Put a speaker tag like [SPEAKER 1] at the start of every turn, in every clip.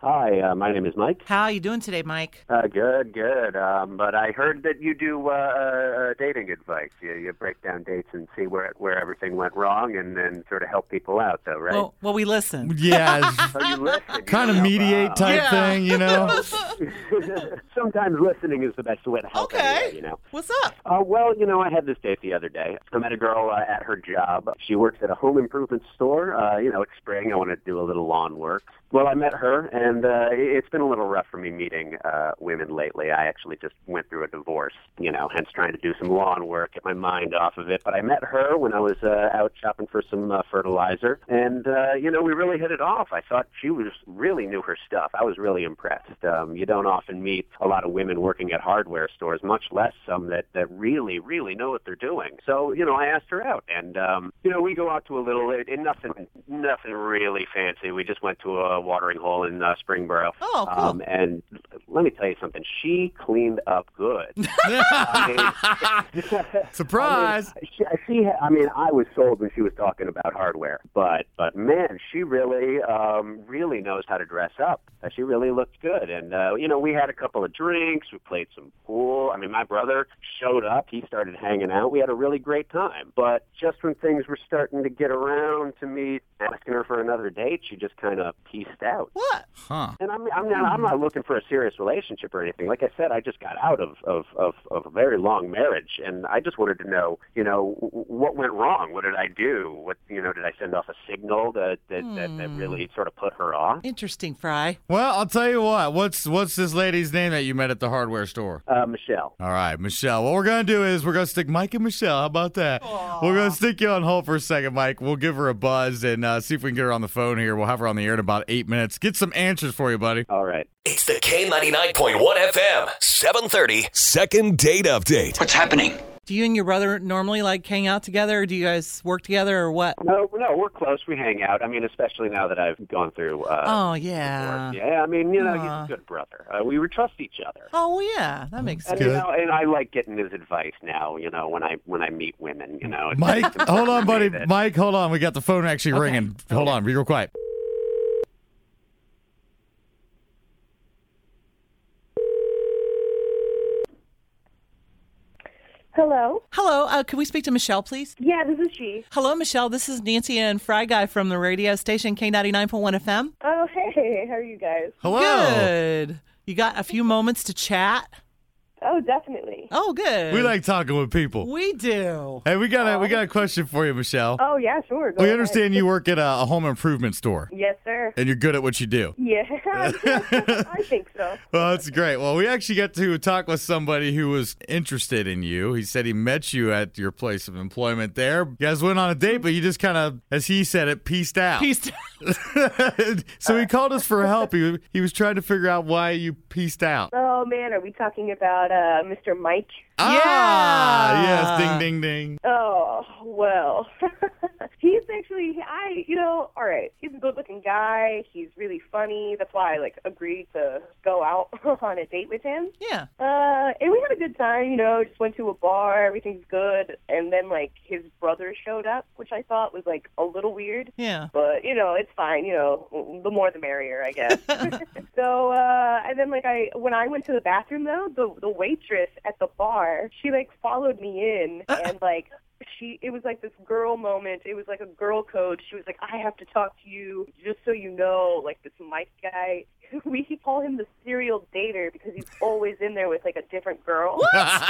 [SPEAKER 1] Hi, uh, my name is Mike.
[SPEAKER 2] How are you doing today, Mike?
[SPEAKER 1] Uh, good, good. Um, but I heard that you do uh, uh, dating advice. You, you break down dates and see where where everything went wrong, and then sort of help people out, though, right?
[SPEAKER 2] Well, well, we listen.
[SPEAKER 3] Yeah, it's
[SPEAKER 1] so you listen.
[SPEAKER 3] kind of mediate type thing, you know.
[SPEAKER 1] type. Sometimes listening is the best way to help.
[SPEAKER 2] Okay.
[SPEAKER 1] anyway, you know.
[SPEAKER 2] What's up?
[SPEAKER 1] Uh, well, you know, I had this date the other day. I met a girl uh, at her job. She works at a home improvement store. Uh, you know, it's spring. I want to do a little lawn work. Well, I met her, and uh, it- it's been a little rough for me meeting uh, women lately. I actually just went through a divorce, you know, hence trying to do some lawn work, get my mind off of it. But I met her when I was uh, out shopping for some uh, fertilizer, and, uh, you know, we really hit it off. I thought she was really knew her stuff. I was really impressed. Um, you don't often meet a lot of women working at hardware stores, much less some that, that really, really know what they're doing. So, you know, I asked her out and, um, you know, we go out to a little, it, it, nothing, nothing really fancy. We just went to a watering hole in uh, Springboro.
[SPEAKER 2] Oh, cool.
[SPEAKER 1] Um, and let me tell you something. She cleaned up good. I mean,
[SPEAKER 3] Surprise!
[SPEAKER 1] I mean, she, she, I mean, I was sold when she was talking about hardware, but but man, she really, um, really knows how to dress up. Uh, she really looked good, and uh, you know, we had a couple of drinks, we played some pool. I mean, my brother showed up, he started hanging out. We had a really great time, but just when things were starting to get around to me asking her for another date, she just kind of pieced out.
[SPEAKER 2] What?
[SPEAKER 1] And I'm I'm not
[SPEAKER 2] Mm-hmm.
[SPEAKER 1] I'm not looking for a serious relationship or anything. Like I said, I just got out of of of, of a very long marriage, and I just wanted to know, you know, w- w- what went wrong? What did I do? What you know, did I send off a signal that that that, that
[SPEAKER 2] Hmm.
[SPEAKER 1] really sort of put her off?
[SPEAKER 2] Interesting, Fry.
[SPEAKER 3] Well, I'll tell you what. What's what's this lady's name that you met at the hardware store?
[SPEAKER 1] Uh, Michelle.
[SPEAKER 3] All right, Michelle. What we're gonna do is we're gonna stick Mike and Michelle. How about that? We're gonna stick you on hold for a second, Mike. We'll give her a buzz and uh, see if we can get her on the phone here. We'll have her on the air in about eight minutes. Get some answers for you, buddy.
[SPEAKER 1] All right.
[SPEAKER 4] It's the K99.1 FM, 730.
[SPEAKER 5] Second date update.
[SPEAKER 6] What's happening?
[SPEAKER 2] Do you and your brother normally like hang out together, or do you guys work together, or what?
[SPEAKER 1] No, no, we're close. We hang out. I mean, especially now that I've gone through. Uh,
[SPEAKER 2] Oh yeah.
[SPEAKER 1] Yeah, I mean, you know,
[SPEAKER 2] Aw.
[SPEAKER 1] he's a good brother. Uh, we would trust each other.
[SPEAKER 2] Oh yeah, that makes
[SPEAKER 1] And,
[SPEAKER 2] sense.
[SPEAKER 1] you
[SPEAKER 3] Good.
[SPEAKER 1] know, and I like getting his advice now. You know, when I when I meet women, you know, it's-
[SPEAKER 3] Mike, hold on, buddy.
[SPEAKER 1] That-
[SPEAKER 3] Mike, hold on. We got the phone actually ringing. Hold on. Be real quiet.
[SPEAKER 7] Hello.
[SPEAKER 2] Hello, uh, can we speak to Michelle, please?
[SPEAKER 7] Yeah, this is she.
[SPEAKER 2] Hello, Michelle. This is Nancy and Fry Guy from the radio station K ninety nine point one FM.
[SPEAKER 7] Oh, hey. How are you guys?
[SPEAKER 3] Hello.
[SPEAKER 2] Good. You got a few moments to chat.
[SPEAKER 7] Oh, definitely.
[SPEAKER 2] Oh, good.
[SPEAKER 3] We like talking with people.
[SPEAKER 2] We do.
[SPEAKER 3] Hey, we got a we got a question for you, Michelle.
[SPEAKER 7] Oh, yeah, sure. Go
[SPEAKER 3] We
[SPEAKER 7] ahead.
[SPEAKER 3] understand you work at a, a home improvement store
[SPEAKER 7] Yes, sir.
[SPEAKER 3] and you're good at what you do.
[SPEAKER 7] Yeah. I think so.
[SPEAKER 3] Well, that's great. Well, we actually got to talk with somebody who was interested in you. He said he met you at your place of employment there. You guys went on a date, but you just kind of, as he said it, pieced out.
[SPEAKER 2] Peace.
[SPEAKER 3] so he called us for help. He, he was trying to figure out why you pieced out.
[SPEAKER 7] Oh, man. Are we talking about uh, Mr. Mike?
[SPEAKER 3] Ah, yes. Ding, ding, ding.
[SPEAKER 7] Oh, well. he's actually, I, you know, all right. He's a good looking guy. He's really funny. That's why I, like, agreed to go out on a date with him.
[SPEAKER 2] Yeah.
[SPEAKER 7] Uh, and we had a good time, you know, just went to a bar, everything's good. And then, like, his brother showed up, which I thought was, like, a little weird.
[SPEAKER 2] Yeah.
[SPEAKER 7] But, you know, it's fine, you know, the more the merrier, I guess. so, uh, and then, like, I, when I went to the bathroom, though, the, the waitress at the bar, she, like, followed me in and, like, she, it was like this girl moment. It was like a girl code. She was like, I have to talk to you just so you know, like this Mike guy. We call him the serial dater because he's always in there with like a different girl.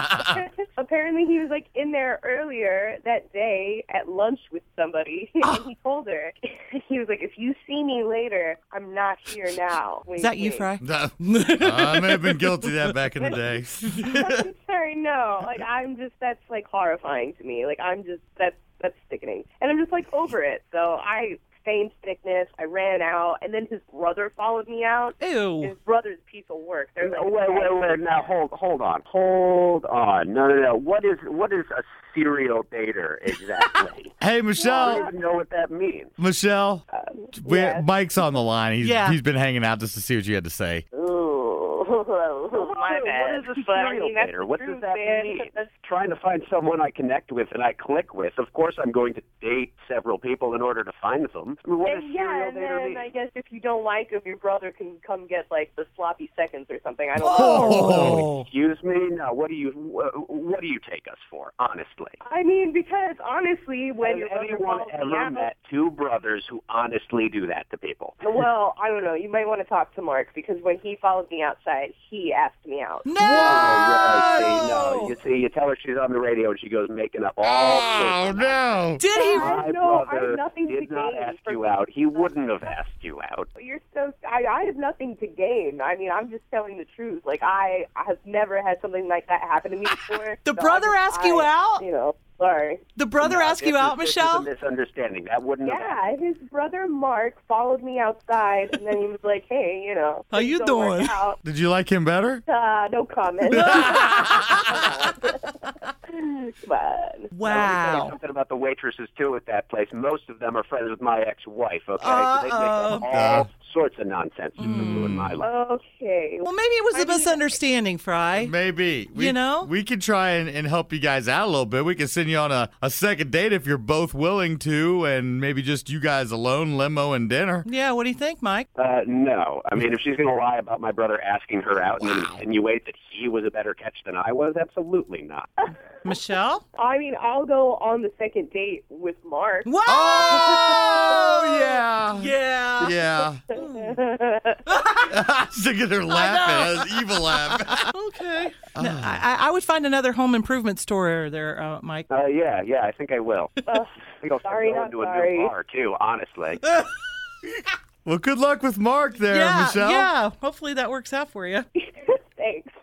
[SPEAKER 7] Apparently, he was like in there earlier that day at lunch with somebody, and
[SPEAKER 1] Oh.
[SPEAKER 7] he told her he was like, "If you see me later, I'm not here now."
[SPEAKER 2] Is that you, Fry?
[SPEAKER 3] Uh, I may have been guilty of that back in the day.
[SPEAKER 7] I'm sorry, no. Like I'm just that's like horrifying to me. Like I'm just that's that's sickening, and I'm just like over it. So I same sickness. I ran out, and then his brother followed me out. His
[SPEAKER 2] Ew.
[SPEAKER 7] brother's a piece of work. There's
[SPEAKER 1] oh, Wait, wait, wait. Now hold, hold on, hold on. No, no, no. What is what is a serial dater exactly?
[SPEAKER 3] Hey,
[SPEAKER 1] I
[SPEAKER 3] Michelle.
[SPEAKER 1] don't even know what that means.
[SPEAKER 3] Michelle, we-
[SPEAKER 7] yes.
[SPEAKER 3] Mike's on the line. He's,
[SPEAKER 2] Yeah.
[SPEAKER 3] he's been hanging out just to see what you had to say.
[SPEAKER 1] Ooh,
[SPEAKER 7] My bad.
[SPEAKER 1] What is a
[SPEAKER 7] But, I
[SPEAKER 1] serial
[SPEAKER 7] mean, that's
[SPEAKER 1] dater?
[SPEAKER 7] the
[SPEAKER 1] What does
[SPEAKER 7] truth,
[SPEAKER 1] that
[SPEAKER 7] man.
[SPEAKER 1] mean?
[SPEAKER 7] That's-
[SPEAKER 1] Trying to find someone I connect with and I click with. Of course, I'm going to date several people in order to find them. I mean, what does
[SPEAKER 7] and yeah,
[SPEAKER 1] serial
[SPEAKER 7] and
[SPEAKER 1] dater
[SPEAKER 7] then
[SPEAKER 1] mean?
[SPEAKER 7] I guess if you don't like him, your brother can come get like the sloppy seconds or something. I don't know.
[SPEAKER 2] Oh.
[SPEAKER 1] Excuse me. No, what do you wh- what do you take us for? Honestly,
[SPEAKER 7] I mean, because honestly,
[SPEAKER 1] has
[SPEAKER 7] when your brother
[SPEAKER 1] anyone
[SPEAKER 7] follows me
[SPEAKER 1] ever
[SPEAKER 7] out-
[SPEAKER 1] met two brothers who honestly do that to people?
[SPEAKER 7] Well, I don't know. You might want to talk to Mark because when he followed me outside, he asked me out.
[SPEAKER 1] Oh, yeah, see, no.
[SPEAKER 2] No.
[SPEAKER 1] You see, you tell her she's on the radio and she goes making up all sorts of-
[SPEAKER 3] Oh, no.
[SPEAKER 2] Did he?
[SPEAKER 1] My
[SPEAKER 7] No, Oh, I have
[SPEAKER 1] brother
[SPEAKER 7] nothing to
[SPEAKER 1] did not
[SPEAKER 7] gain
[SPEAKER 1] ask
[SPEAKER 7] from-
[SPEAKER 1] you out. He wouldn't have asked you out.
[SPEAKER 7] You're so. I, I have nothing to gain. I mean, I'm just telling the truth. Like I, I have never had something like that happen to me before.
[SPEAKER 2] The
[SPEAKER 7] so I
[SPEAKER 2] brother
[SPEAKER 7] just-
[SPEAKER 2] asked you
[SPEAKER 7] I-
[SPEAKER 2] out?
[SPEAKER 7] You know, sorry.
[SPEAKER 2] The brother
[SPEAKER 1] No,
[SPEAKER 2] asked
[SPEAKER 1] this
[SPEAKER 2] you
[SPEAKER 1] is-
[SPEAKER 2] out,
[SPEAKER 1] this is
[SPEAKER 2] Michelle?
[SPEAKER 1] a misunderstanding. That wouldn't have happened.
[SPEAKER 7] Yeah, his brother Mark followed me outside, and then he was like, "Hey, you know,
[SPEAKER 2] How
[SPEAKER 7] things
[SPEAKER 2] you
[SPEAKER 7] don't work
[SPEAKER 2] doing?"
[SPEAKER 7] out.
[SPEAKER 3] Did you like him better?
[SPEAKER 7] Uh, no comment. Come on.
[SPEAKER 1] Let me tell you
[SPEAKER 2] Wow.
[SPEAKER 1] something about the waitresses too at that place. Most of them are friends with my ex-wife. Okay, so they make
[SPEAKER 2] Uh-oh.
[SPEAKER 1] up all sorts of nonsense just to ruin
[SPEAKER 7] Hmm.
[SPEAKER 1] my life.
[SPEAKER 7] Okay.
[SPEAKER 2] Well, maybe it was a misunderstanding, Fry.
[SPEAKER 3] Maybe. We,
[SPEAKER 2] You know?
[SPEAKER 3] We can try and, and help you guys out a little bit. We can send you on a, a second date if you're both willing to, and maybe just you guys alone, limo and dinner.
[SPEAKER 2] Yeah, what do you think, Mike?
[SPEAKER 1] Uh, no, I mean if she's going to lie about my brother asking her out and insinuate that he was a better catch than I was, absolutely not.
[SPEAKER 2] Michelle?
[SPEAKER 7] I mean, I'll go on the second date with Mark.
[SPEAKER 2] Whoa!
[SPEAKER 3] Oh, yeah.
[SPEAKER 2] Yeah.
[SPEAKER 3] Yeah. Sick of their laughing. That was evil laugh.
[SPEAKER 2] Okay.
[SPEAKER 3] Ah.
[SPEAKER 2] No, I, I- I would find another home improvement store there, uh, Mike.
[SPEAKER 1] Uh, yeah, yeah, I think I will. I think I'll
[SPEAKER 7] Uh, sorry,
[SPEAKER 1] go
[SPEAKER 7] not
[SPEAKER 1] into a
[SPEAKER 7] sorry.
[SPEAKER 1] new bar too. Honestly,
[SPEAKER 3] well, good luck with Mark there,
[SPEAKER 2] yeah,
[SPEAKER 3] Michelle.
[SPEAKER 2] yeah. Hopefully that works out for you.
[SPEAKER 7] Thanks.